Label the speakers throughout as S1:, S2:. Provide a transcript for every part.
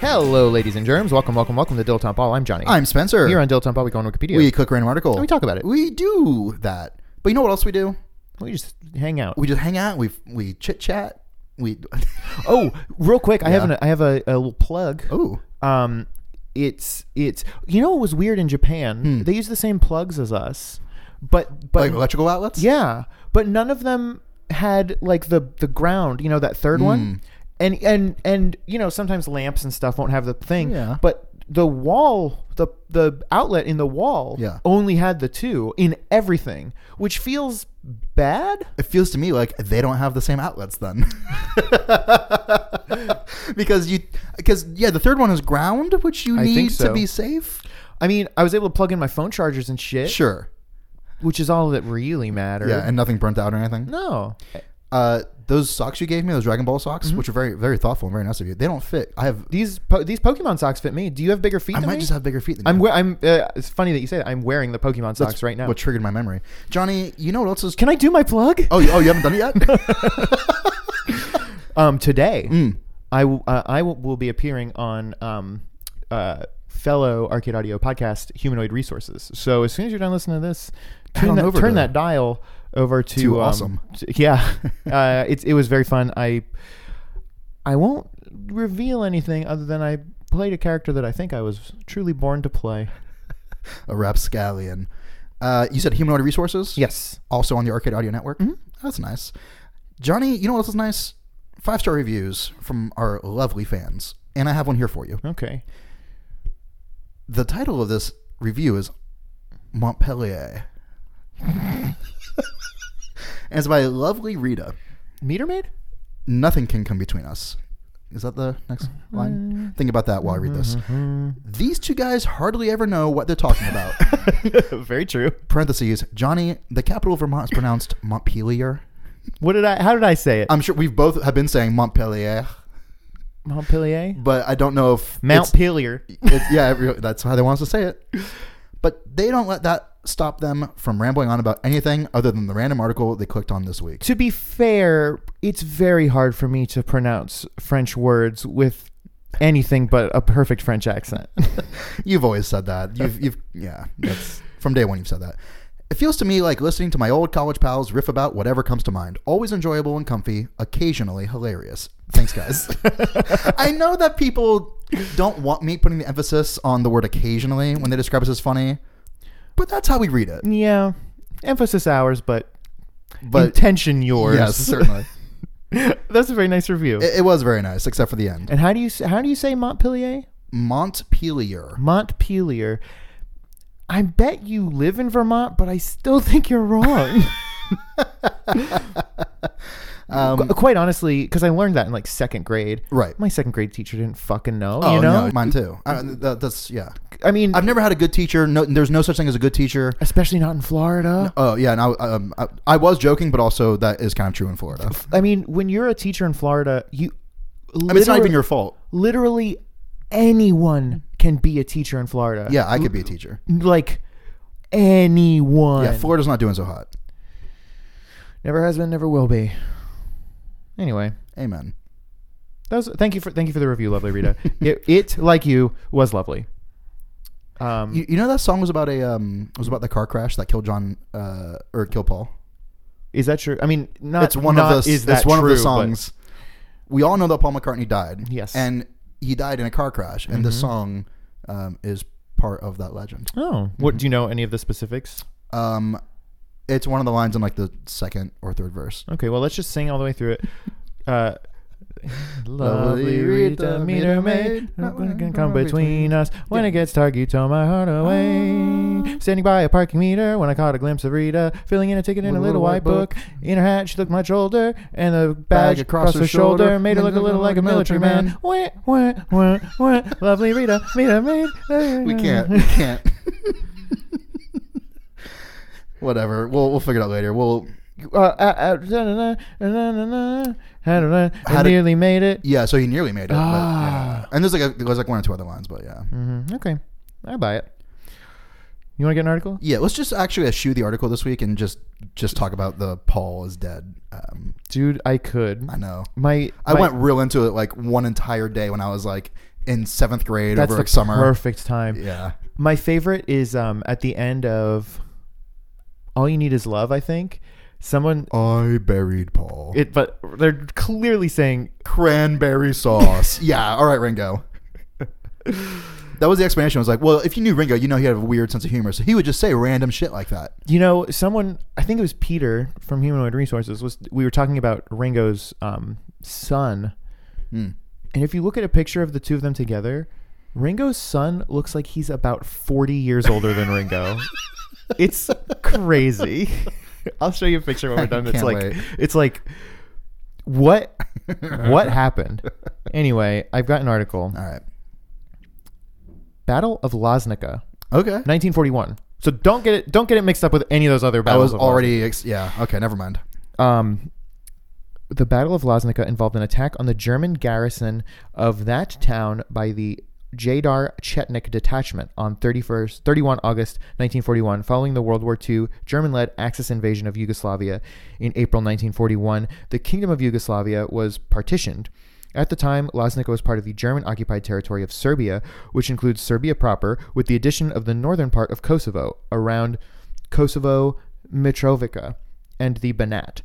S1: Hello, ladies and germs. Welcome, welcome, welcome to Dilettante Ball. I'm Johnny.
S2: I'm Spencer.
S1: here on Dilettante Ball. We go on Wikipedia.
S2: we click random article.
S1: And we talk about it.
S2: We do that. But you know what else we do?
S1: We just hang out.
S2: We just hang out. We we chit chat. We
S1: oh, real quick, I have an, I have a, a little plug.
S2: oh
S1: Um, it's it's you know what was weird in Japan? They use the same plugs as us, but but
S2: like electrical outlets.
S1: yeah, but none of them had like the the ground. You know that third
S2: Mm.
S1: one, and and and you know sometimes lamps and stuff won't have the thing.
S2: Yeah.
S1: but. The wall, the the outlet in the wall,
S2: Yeah.
S1: only had the two in everything, which feels bad.
S2: It feels to me like they don't have the same outlets then, because you because yeah the third one is ground, which you
S1: I think
S2: need
S1: so.
S2: to be safe.
S1: I mean, I was able to plug in my phone chargers and shit,
S2: Sure.
S1: which is all that really mattered.
S2: Yeah, and nothing burnt out or anything.
S1: no,
S2: Uh, those socks you gave me, those Dragon Ball
S1: Mm-hmm.
S2: socks, which are very very thoughtful and very nice of you. They don't fit. I have.
S1: these po- these Pokemon socks fit me. Do you have bigger feet?
S2: I
S1: than
S2: might
S1: me?
S2: just have bigger feet than you.
S1: I'm. we- I'm. Uh, it's funny that you say that. I'm wearing the Pokemon socks right now.
S2: What triggered my memory, Johnny? You know what else is?
S1: Can I do my plug?
S2: oh, you, oh, you haven't done it yet.
S1: Um, today,
S2: Mm.
S1: I w- uh, I w- will be appearing on um, uh, fellow Arcade Audio podcast, Humanoid Resources. So as soon as you're done listening to this, turn
S2: on
S1: that
S2: over
S1: turn
S2: to-
S1: that dial over to,
S2: to
S1: um,
S2: awesome.
S1: t- yeah, uh, it it was very fun. I I won't reveal anything other than I played a character that I think I was truly born to play.
S2: a rapscallion. Uh, you said humanoid resources.
S1: Yes.
S2: Also on the Arcade Audio Network. That's nice. Johnny, you know what else is nice? Five star reviews from our lovely fans, and I have one here for you.
S1: Okay.
S2: The title of this review is Montpellier, and it's by lovely Rita.
S1: Meter maid.
S2: Nothing can come between us. Is that the next line? Think about that while I read this.
S1: Mm-hmm.
S2: These two guys hardly ever know what they're talking about.
S1: very true.
S2: Parentheses, Johnny, the capital of Vermont is pronounced Montpelier.
S1: What did I? How did I say it?
S2: I'm sure we've both have been saying Montpelier,
S1: Montpellier.
S2: but I don't know if
S1: Mount
S2: it's-
S1: Pelier.
S2: it's- yeah, it really- that's how they want us to say it. But they don't let that stop them from rambling on about anything other than the random article they clicked on this week.
S1: to be fair, it's very hard for me to pronounce French words with anything but a perfect French accent.
S2: You've always said that. You've, you've yeah, that's from day one you've said that. It feels to me like listening to my old college pals riff about whatever comes to mind. Always enjoyable and comfy, occasionally hilarious. Thanks, guys. I know that people don't want me putting the emphasis on the word occasionally when they describe us as funny, but that's how we read it.
S1: yeah, emphasis ours, but,
S2: But
S1: intention yours.
S2: yes, certainly.
S1: that's a very nice review.
S2: It, it was very nice, except for the end.
S1: and how do you s- how do you say Montpellier?
S2: Montpelier.
S1: Montpelier. I bet you live in Vermont, but I still think you're wrong.
S2: Um,
S1: Qu- uh, Quite honestly, because I learned that in like second grade.
S2: Right.
S1: My second grade teacher didn't fucking know.
S2: Oh,
S1: you know.
S2: no, mine too. Uh, that, that's yeah.
S1: I mean,
S2: I've never had a good teacher. No, there's no such thing as a good teacher.
S1: especially not in Florida.
S2: Oh yeah, and I, um, I, I was joking, but also that is kind of true in Florida.
S1: I mean, when you're a teacher in Florida, you
S2: I mean, it's not even your fault.
S1: literally anyone can be a teacher in Florida.
S2: Yeah, I could be a teacher.
S1: Like anyone.
S2: Yeah, Florida's not doing so hot.
S1: never has been, never will be. Anyway,
S2: Amen.
S1: that was, thank you for thank you for the review, lovely Rita. it, it like you was lovely. Um,
S2: You, you know that song was about a um was about the car crash that killed John uh or killed Paul.
S1: is that true? I mean, not
S2: It's one
S1: not
S2: of the
S1: is that
S2: it's one
S1: true,
S2: of
S1: but-
S2: the songs. We all know that Paul McCartney died.
S1: Yes. Mm-hmm.
S2: and he died in a car crash, and this song um, is part of that legend.
S1: Oh, what do you know? Any of the specifics?
S2: Um, it's one of the lines in like the second or third verse.
S1: Okay, well, let's just sing all the way through it. Uh, Lovely Rita, meter maid, nothing can come between Oh. us. When it gets dark, you tow my heart away. Standing by a parking meter, when I caught a glimpse of Rita, filling in a ticket in a little white book. In her hat, she looked much older, and the badge across her shoulder made her look a little like a military man. Wah, wah, wah, wah. Lovely Rita, meter maid.
S2: We
S1: Mm-hmm.
S2: can't. We can't. Whatever. We'll we'll figure it out later. We'll
S1: Uh, uh, uh, da-da-da, da-da-da, da-da-da. I
S2: How did-
S1: nearly made it.
S2: yeah. So he nearly made it. but, yeah.
S1: Ah.
S2: And there's like a, there's like one or two other lines, but yeah.
S1: Mm-hmm. Okay, I buy it. You want to get an article?
S2: Yeah. Let's just actually eschew the article this week and just just talk about the Paul is dead. Um,
S1: Dude, I could.
S2: I know.
S1: My
S2: I
S1: my-
S2: went real into it like one entire day when I was like in seventh grade
S1: That's
S2: over
S1: the
S2: a summer.
S1: perfect time.
S2: Yeah.
S1: My favorite is um at the end of All You Need Is Love. I think someone
S2: I buried Paul.
S1: it, but they're clearly saying
S2: cranberry sauce. yeah, all right, Ringo. That was the explanation. I was like, well, if you knew Ringo, you know he had a weird sense of humor, so he would just say random shit like that.
S1: you know someone. I think it was Peter from Humanoid Resources. Was we were talking about Ringo's um son,
S2: Mm.
S1: and if you look at a picture of the two of them together, Ringo's son looks like he's about forty years older than Ringo. it's crazy. I'll show you a picture when we're done. It's
S2: Can't
S1: like
S2: wait.
S1: it's like what what happened? Anyway, I've got an article.
S2: All right.
S1: Battle of Loznica,
S2: Okay.
S1: 1941. So don't get it don't get it mixed up with any of those other
S2: I
S1: battles.
S2: was
S1: of
S2: already, ex- yeah. Okay, never mind.
S1: Loznica. um the Battle of Loznica involved an attack on the German garrison of that town by the Jadar Chetnik detachment on 31st 31 August 1941 following the World War II German-led Axis invasion of Yugoslavia in April 1941 the Kingdom of Yugoslavia was partitioned At the time, Loznica was part of the German occupied territory of Serbia, which includes Serbia proper, with the addition of the northern part of Kosovo, around Kosovo Mitrovica and the Banat.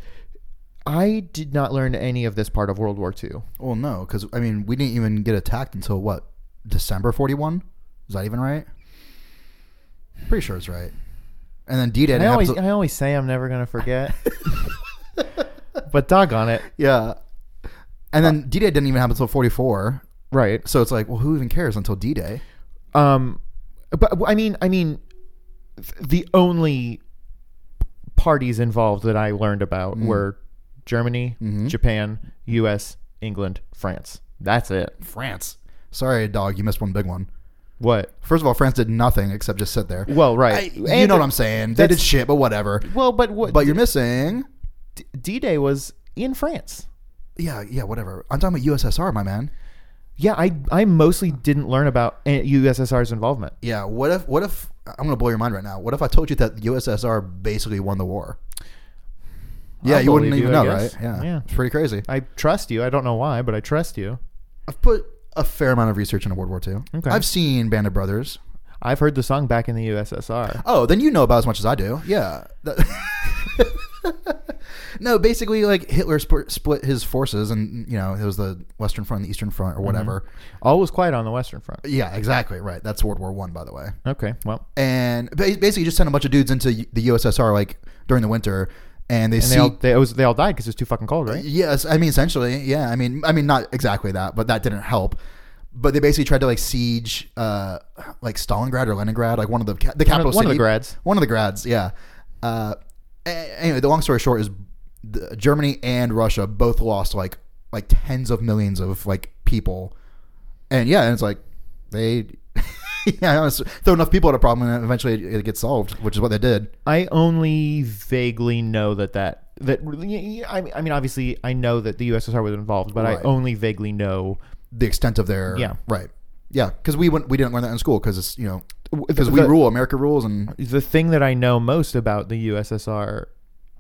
S1: I did not learn any of this part of World War II.
S2: Well, no, because, I mean, we didn't even get attacked until what? December 41? Is that even right? Pretty sure it's right. And then D Day
S1: I
S2: didn't
S1: always,
S2: happen
S1: I always say I'm never going to forget. but doggone it.
S2: till- Yeah. And then D Day didn't even happen until 44.
S1: Right.
S2: So it's like, well, who even cares until D Day?
S1: Um, but I mean, I mean, th- the only parties involved that I learned about were Germany, Japan, U.S., England, France. That's it.
S2: France. Sorry, dog, you missed one big one.
S1: What?
S2: First of all, France did nothing except just sit there.
S1: Well,
S2: I-
S1: right.
S2: you
S1: And-
S2: know what I'm saying? They did shit, but whatever.
S1: Well, but what?
S2: But you're missing.
S1: D-Day was in France.
S2: Yeah, yeah, whatever. I'm talking about USSR, my man.
S1: Yeah, I I mostly didn't learn about uh, USSR's involvement.
S2: Yeah, what if? What if? I'm gonna blow your mind right now. What if I told you that USSR basically won the war? Yeah, you wouldn't
S1: believe
S2: even
S1: you, I
S2: know,
S1: guess.
S2: right? Yeah.
S1: Yeah.
S2: it's pretty crazy.
S1: I trust you. I don't know why, but I trust you.
S2: I've put a fair amount of research into World War II.
S1: Okay.
S2: I've seen Band of Brothers.
S1: I've heard the song back in the USSR.
S2: Oh, then you know about as much as I do. Yeah. That- no, basically, like Hitler sp- split his forces, and you know it was the Western Front, and the Eastern Front, or
S1: Mm-hmm.
S2: whatever.
S1: All was quiet on the Western Front.
S2: Yeah, exactly right. That's World War One, by the way.
S1: Okay, well,
S2: And ba- basically, just sent a bunch of dudes into y- the USSR like during the winter, and they
S1: and
S2: see.
S1: they all they, it was, they all died because it was too fucking cold, right?
S2: yes, I mean essentially, yeah. I mean, I mean not exactly that, but that didn't help. But they basically tried to like siege, uh, like Stalingrad or Leningrad, like one of the ca- the capital
S1: one of the
S2: city.
S1: grads.
S2: One of the grads, yeah. Uh, a- anyway, the long story short is the, Germany and Russia both lost like like tens of millions of like people, and yeah, and it's like they yeah it's- throw enough people at a problem and eventually it, it gets solved, which is what they did.
S1: I only vaguely know that that that I mean, I mean obviously I know that the USSR was involved, but I
S2: Right.
S1: only vaguely know
S2: The extent of their
S1: Yeah.
S2: right yeah because we went we didn't learn that in school because it's you know
S1: the-
S2: because we
S1: the-
S2: rule America rules and
S1: the thing that I know most about the USSR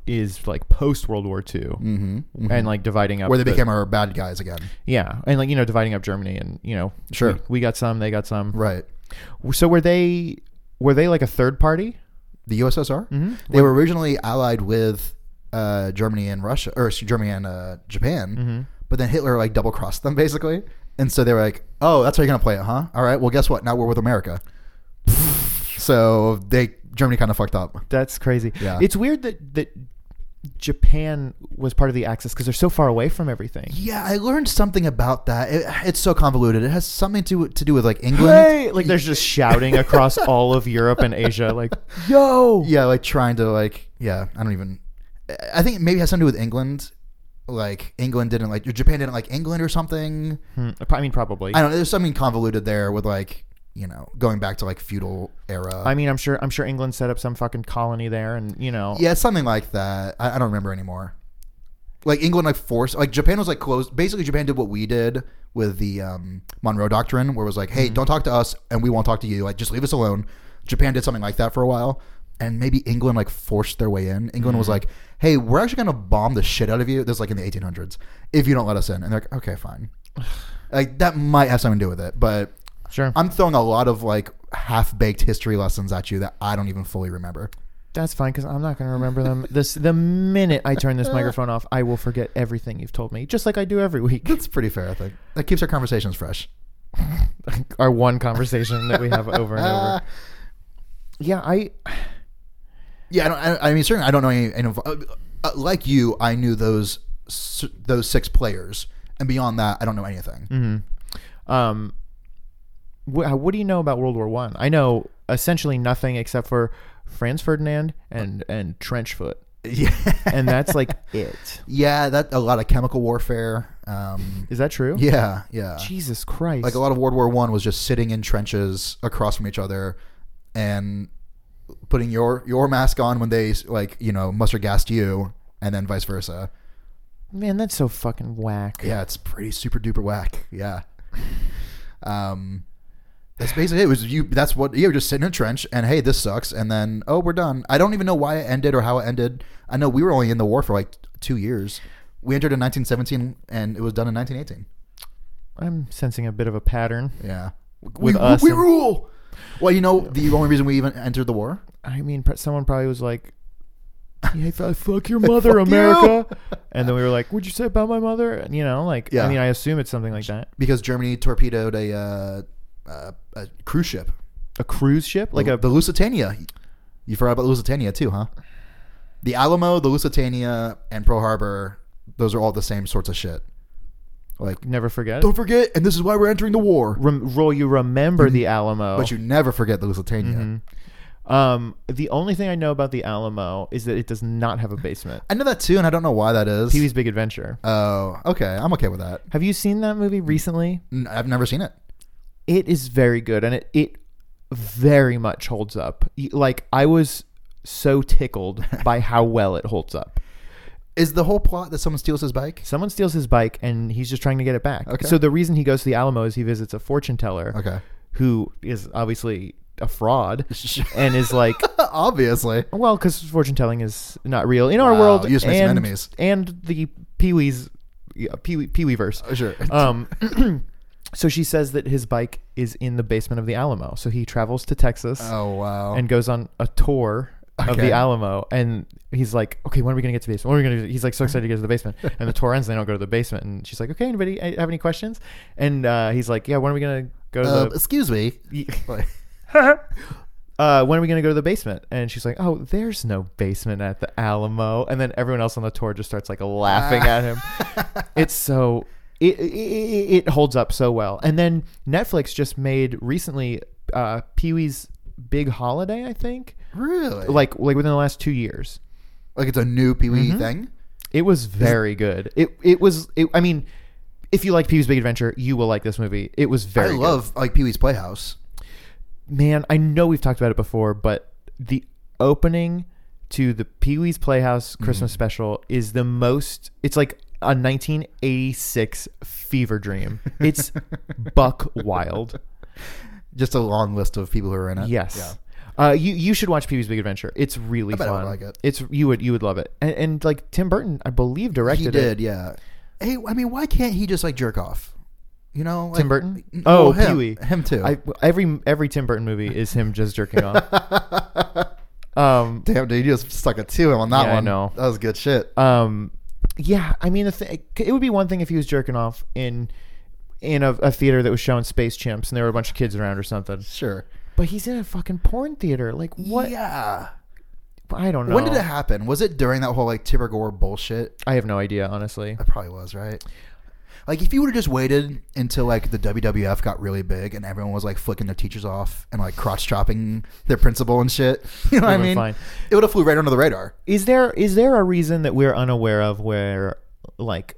S1: is like post World War II and like dividing up
S2: where they
S1: the-
S2: became our bad guys again
S1: yeah and like you know dividing up Germany and you know
S2: Sure.
S1: we, we got some they got some
S2: right
S1: so were they were they like a third party
S2: the USSR they were originally allied with uh, Germany and Russia or excuse- Germany and uh, Japan but then Hitler like double crossed them basically and so they were like oh that's how you're gonna play it huh all right well guess what now we're with America so they Germany kind of fucked up
S1: That's crazy.
S2: Yeah.
S1: It's weird that that Japan was part of the Axis because they're so far away from everything.
S2: Yeah, I learned something about that. It, it's so convoluted. It has something to to do with like England.
S1: Hey! Like there's just shouting across all of Europe and Asia, like, yo!
S2: Yeah, like trying to like yeah. I don't even. I think it maybe has something to do with England. Like England didn't like Japan didn't like England or something.
S1: Hmm, I mean, probably.
S2: I don't know. There's something convoluted there with like you know going back to like feudal era.
S1: I mean, I'm sure. I'm sure England set up some fucking colony there, and you know,
S2: yeah, something like that. I, I don't remember anymore. Like England, like forced, like Japan was like closed. Basically, Japan did what we did with the um, Monroe Doctrine, where it was like, hey, don't talk to us, and we won't talk to you. Like, just leave us alone. Japan did something like that for a while, and maybe England like forced their way in. England was like, hey, we're actually gonna bomb the shit out of you. This is like in the 1800s if you don't let us in, and they're like, okay, fine. like that might have something to do with it, but
S1: sure.
S2: I'm throwing a lot of like half baked history lessons at you that I don't even fully remember.
S1: That's fine because I'm not going to remember them. This the minute I turn this microphone off, I will forget everything you've told me, just like I do every week.
S2: That's pretty fair, I think. That keeps our conversations fresh.
S1: Our one conversation that we have over and over. Yeah, I
S2: Yeah, I, don't, I, I mean, certainly, I don't know any. any of- uh, uh, like you, I knew those s- those six players, and beyond that, I don't know anything.
S1: um, wh- how- what do you know about World War One? I? know essentially nothing except for Franz Ferdinand and and Trenchfoot,
S2: Yeah,
S1: and that's like it.
S2: yeah, that a lot of chemical warfare. Um,
S1: Is that true?
S2: yeah, yeah.
S1: Jesus Christ!
S2: Like a lot of World War One was just sitting in trenches across from each other, and putting your your mask on when they like you know mustard gassed you, and then vice versa.
S1: Man, that's so fucking whack.
S2: Yeah, it's pretty super duper whack. Yeah. Um, that's basically it. it. Was you? That's what you were just sitting in a trench, and hey, this sucks. And then oh, we're done. I don't even know why it ended or how it ended. I know we were only in the war for like two years. We entered in 1917, and it was done in 1918.
S1: I'm sensing a bit of a pattern.
S2: Yeah, we,
S1: With
S2: we-
S1: us
S2: we
S1: and-
S2: rule. Well, you know the only reason we even entered the war.
S1: I mean, pr- someone probably was like, "Yeah, fu- fuck your mother, America," and then we were like, "What'd you say about my mother?" And, you know, like, I
S2: Yeah.
S1: mean, I assume it's something like that.
S2: because Germany torpedoed a, uh, uh, a cruise ship,
S1: A cruise ship, like
S2: the,
S1: a
S2: the Lusitania. You forgot about Lusitania too, huh? The Alamo, the Lusitania, and Pearl Harbor. Those are all the same sorts of shit. Like,
S1: never forget.
S2: don't forget, and this is why we're entering the war.
S1: Rem- roll, you remember the Alamo.
S2: Mm-hmm. But you never forget the Lusitania.
S1: Mm-hmm. um, the only thing I know about the Alamo is that it does not have a basement.
S2: I know that too, and I don't know why that
S1: Pee
S2: is.
S1: Wee's Big Adventure.
S2: Oh, okay. I'm okay with that.
S1: Have you seen that movie recently?
S2: N- I've never seen it.
S1: it is very good and it, it very much holds up Y- like i was so tickled by how well it holds up
S2: Is the whole plot that someone steals his bike?
S1: someone steals his bike and he's just trying to get it back
S2: Okay.
S1: so the reason he goes to the alamo is he visits a fortune teller
S2: Okay.
S1: who is obviously a fraud and is like
S2: Obviously.
S1: well because fortune telling is not real in our
S2: Wow,
S1: world
S2: you just made some
S1: and,
S2: enemies.
S1: and the pee-wee's yeah, pee-wee pee-weeverse
S2: Oh, Sure.
S1: um so she says that his bike is in the basement of the alamo so he travels to texas
S2: oh, wow.
S1: and goes on a tour of
S2: Okay.
S1: the Alamo. And he's like, okay, when are we going to get to the basement? When are we going to He's like so excited to get to the basement. And the tour ends and they don't go to the basement. And she's like, okay, anybody uh, have any questions? And uh, he's like, yeah, when are we going to go to
S2: Uh,
S1: the...
S2: excuse me. Like-
S1: Uh, when are we going to go to the basement? And she's like, oh, there's no basement at the Alamo. And then everyone else on the tour just starts like laughing at him. it's so it, it it it holds up so well. And then Netflix just made recently uh, Pee Wee's Big Holiday, I think.
S2: Really?
S1: like Mm-hmm. like within the last two years.
S2: like it's a new Pee Wee thing.
S1: It was very good. It it was. It, I mean, if you like Pee Wee's Big Adventure, you will like this movie. It was very.
S2: I
S1: good.
S2: love like Pee Wee's Playhouse.
S1: Man, I know we've talked about it before, but the opening to the Pee Wee's Playhouse
S2: Mm-hmm.
S1: Christmas special is the most. It's like a 1986 fever dream. It's buck wild.
S2: Just a long list of people who are in it.
S1: Yes.
S2: Yeah.
S1: Uh, you you should watch Pee Wee's Big Adventure. It's really
S2: bet I would
S1: fun.
S2: like it.
S1: It's you would you would love it. And, and like Tim Burton, I believe directed
S2: He
S1: it.
S2: did, yeah. Hey, I mean, why can't he just like jerk off? You know, like,
S1: Tim Burton?
S2: N-
S1: Oh,
S2: well, him,
S1: Pee-wee.
S2: him too.
S1: I, every every Tim Burton movie is him just jerking off. um,
S2: Damn, dude, you just stuck a two on that
S1: Yeah, I
S2: one.
S1: know.
S2: that was good shit.
S1: um, yeah. I mean, the th- it would be one thing if he was jerking off in in a, a theater that was showing Space Chimps and there were a bunch of kids around or something.
S2: sure.
S1: But he's in a fucking porn theater. Like what?
S2: Yeah.
S1: I don't know.
S2: When did it happen? Was it during that whole like Tipper Gore bullshit?
S1: I have no idea, honestly.
S2: It probably was, right? Like if you would have just waited until like the WWF got really big and everyone was like flicking their teachers off and like crotch chopping their principal and shit, you know what I
S1: Would've
S2: mean?
S1: been fine.
S2: It would have flew right under the radar.
S1: Is there is there a reason that we're unaware of where like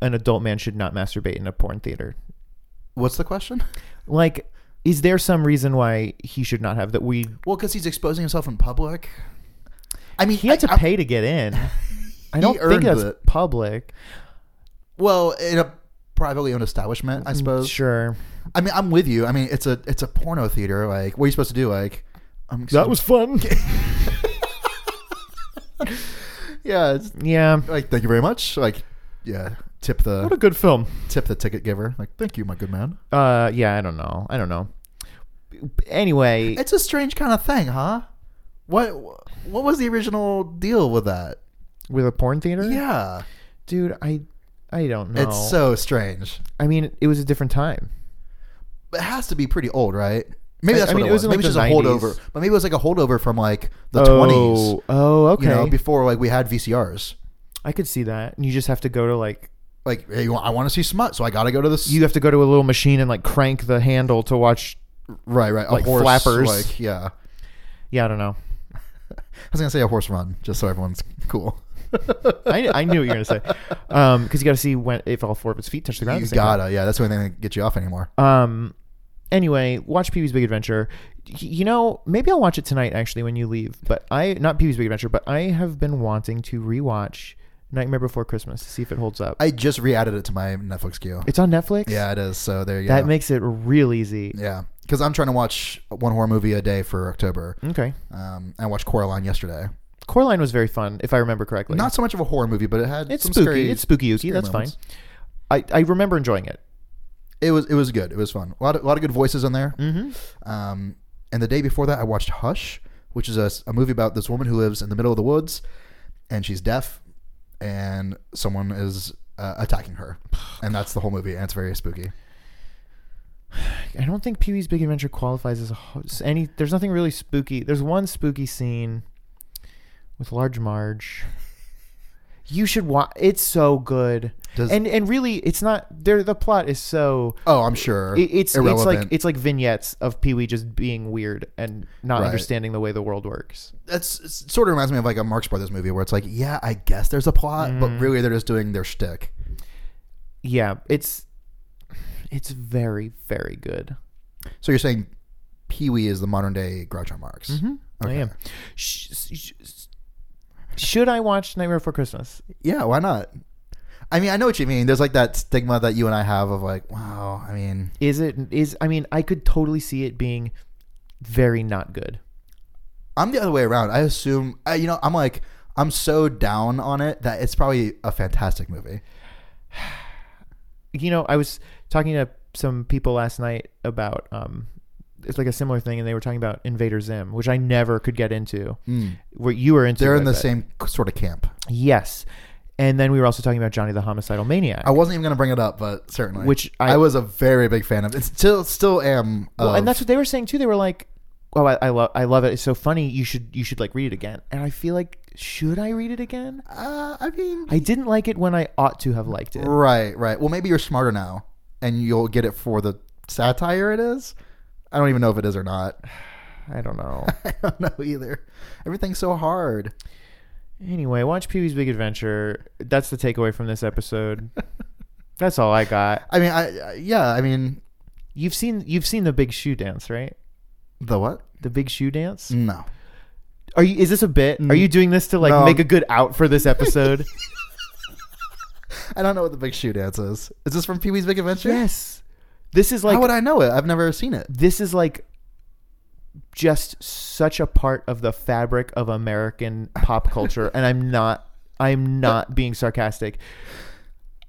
S1: an adult man should not masturbate in a porn theater?
S2: What's the question?
S1: Like, is there some reason why he should not have that? We
S2: Well, because he's exposing himself in public. I mean,
S1: he had
S2: I-
S1: to
S2: I-
S1: pay to get in. I don't think
S2: earned
S1: that's
S2: it.
S1: public.
S2: well in a privately owned establishment, I suppose.
S1: Mm, Sure.
S2: I mean, I'm with you. I mean, it's a it's a porno theater. Like, what are you supposed to do? Like, I'm
S1: That was fun.
S2: yeah. It's,
S1: yeah.
S2: like, thank you very much. Like, yeah, tip
S1: What a
S2: the
S1: good film.
S2: tip the ticket giver. Like, thank you, my good man.
S1: Uh, yeah. I don't know. I don't know. Anyway,
S2: It's a strange kind of thing, huh? What what was the original deal with that?
S1: with a porn theater.
S2: Yeah,
S1: Dude, I, I don't know.
S2: it's uh, so strange.
S1: I mean, it was a different time.
S2: It has to be pretty old, right? Maybe
S1: I-
S2: that's
S1: I
S2: what
S1: mean,
S2: it
S1: it was
S2: was.
S1: in,
S2: maybe
S1: like,
S2: it's just
S1: the
S2: a
S1: 90s.
S2: holdover, but maybe it was like a holdover from like the
S1: oh,
S2: 20s.
S1: Oh, okay.
S2: You know, before like we had VCRs.
S1: I could see that. And you just have to go to like
S2: Like, hey, you want- I want to see smut, so I got to go to this.
S1: you have to go to a little machine and like crank the handle to watch.
S2: right, right, a
S1: like
S2: horse,
S1: flappers.
S2: Like, yeah.
S1: Yeah, I don't know.
S2: I was gonna say a horse run, just so everyone's cool.
S1: I, I knew what you were gonna say because you got to see when if all four of its feet touch the ground. at
S2: You
S1: the same time.
S2: gotta, yeah. That's the only thing that can get you off anymore.
S1: Um. Anyway, watch Pee Wee's Big Adventure. Y- You know, maybe I'll watch it tonight actually when you leave. But I not Pee Wee's Big Adventure, but I have been wanting to rewatch Nightmare Before Christmas to see if it holds up.
S2: I just re-added it to my Netflix queue.
S1: it's on Netflix.
S2: Yeah, it is. So there you
S1: That
S2: go.
S1: makes it real easy.
S2: yeah, because I'm trying to watch one horror movie a day for October.
S1: Okay.
S2: Um, I watched Coraline yesterday.
S1: Coraline was very fun, if I remember correctly.
S2: Not so much of a horror movie, but it had
S1: it's
S2: some
S1: spooky.
S2: Scary,
S1: it's spooky ooky.
S2: scary
S1: That's
S2: moments.
S1: fine. I, I remember enjoying it.
S2: It was it was good. It was fun. A lot of, a lot of good voices in
S1: Mm.
S2: there. Mm-hmm. Um, and the day before that, I watched Hush, which is a, s- a movie about this woman who lives in the middle of the woods, and she's deaf, and someone is uh, attacking her, and that's the whole movie, and it's very spooky.
S1: I don't think Pee Wee's Big Adventure qualifies as a ho- s- any. There's nothing really spooky. There's one spooky scene with Large Marge. You should watch. It's so good.
S2: Does-
S1: and and really, it's not. There, the plot is so.
S2: Oh, I'm sure.
S1: It, it's
S2: irrelevant.
S1: it's like it's like vignettes of Pee Wee just being weird and not
S2: Right.
S1: understanding the way the world works.
S2: that's it sort of reminds me of like a Marx Brothers movie where it's like, yeah, I guess there's a plot, but
S1: Mm.
S2: really they're just doing their shtick.
S1: Yeah, it's it's very very good.
S2: So you're saying Pee Wee is the modern day Groucho Marx?
S1: I am. Sh- sh- sh- Should I watch Nightmare Before Christmas?
S2: Yeah, why not? I mean, I know what you mean. There's like that stigma that you and I have of like, wow. I mean,
S1: Is it is I mean I could totally see it being very not good.
S2: I'm the other way around. I assume, I, you know, I'm like, I'm so down on it that it's probably a fantastic movie.
S1: You know, I was talking to some people last night about um it's like a similar thing and they were talking about Invader Zim, which I never could get into. Where you were into
S2: Mm. They're in
S1: it,
S2: the
S1: but-
S2: same sort of camp.
S1: Yes. And then we were also talking about Johnny the Homicidal Maniac.
S2: I wasn't even going to bring it up, but certainly,
S1: Which I-
S2: I, was a very big fan of. It still, still am.
S1: Well,
S2: of-
S1: and that's what they were saying too. They were like, "Oh, I, I love, I love it. It's so funny. You should, you should like read it again." And I feel like, should I read it again?
S2: Uh, I mean,
S1: I didn't like it when I ought to have liked it.
S2: Right, right. Well, maybe you're smarter now, and you'll get it for the satire it is. I don't even know if it is or not.
S1: I don't know.
S2: I don't know either. Everything's so hard.
S1: anyway, watch Pee Wee's Big Adventure. That's the takeaway from this episode. That's all I got.
S2: I mean, I, I yeah. I mean,
S1: You've seen, you've seen the Big Shoe Dance, right?
S2: the what?
S1: The Big Shoe Dance.
S2: No.
S1: Are you? Is this a bit? Are you doing this to like
S2: Mm. No.
S1: make a good out for this episode?
S2: I don't know what the big shoe dance is. Is this from Pee Wee's Big Adventure?
S1: yes. This is like
S2: How would I know it? I've never seen it.
S1: this is like just such a part of the fabric of American pop culture, and I'm not I'm not being sarcastic.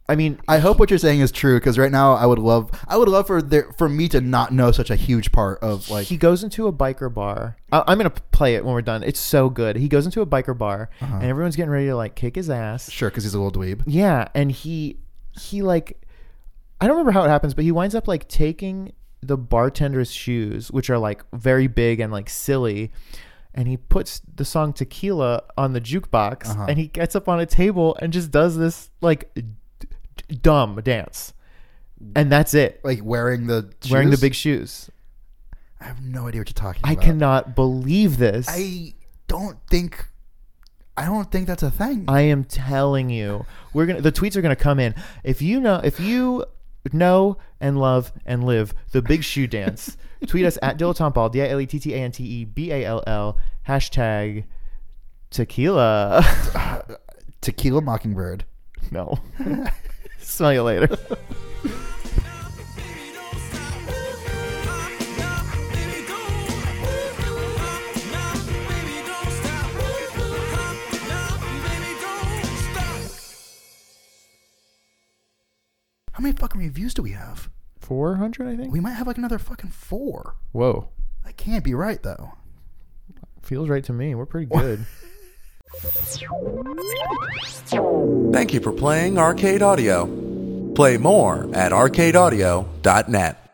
S1: I mean,
S2: I hope what you're saying is true because right now I would love I would love for there for me to not know such a huge part of like
S1: he goes into a biker bar. I, I'm gonna play it when we're done. It's so good. He goes into a biker bar,
S2: Uh-huh.
S1: and everyone's getting ready to like kick his ass.
S2: sure because he's a little dweeb.
S1: Yeah, and he he like I don't remember how it happens, but he winds up like taking the bartender's shoes, which are like very big and like silly, and he puts the song Tequila on the jukebox
S2: Uh-huh.
S1: and he gets up on a table and just does this like d- d- dumb dance. And that's it.
S2: Like wearing the
S1: Wearing the
S2: shoes?
S1: big shoes.
S2: I have no idea what you're talking
S1: I
S2: about.
S1: cannot believe this.
S2: I don't think. I don't think that's a thing.
S1: I am telling you, we're gonna. The tweets are gonna come in. If you know, if you know and love and live the Big Shoe Dance, tweet us at dilettanteball. D i l e t t a n t e b a l l hashtag tequila.
S2: Tequila Mockingbird.
S1: no, smell you later.
S3: Baby, don't stop. Nah, nah, baby, don't. Nah, baby, don't stop. Nah, baby, don't stop.
S2: How many fucking reviews do we have?
S1: Four hundred, I think.
S2: We might have like another fucking four.
S1: Whoa,
S2: That can't be right though.
S1: feels right to me. We're pretty good.
S4: Thank you for playing Arcade Audio. Play more at arcadeaudio.net.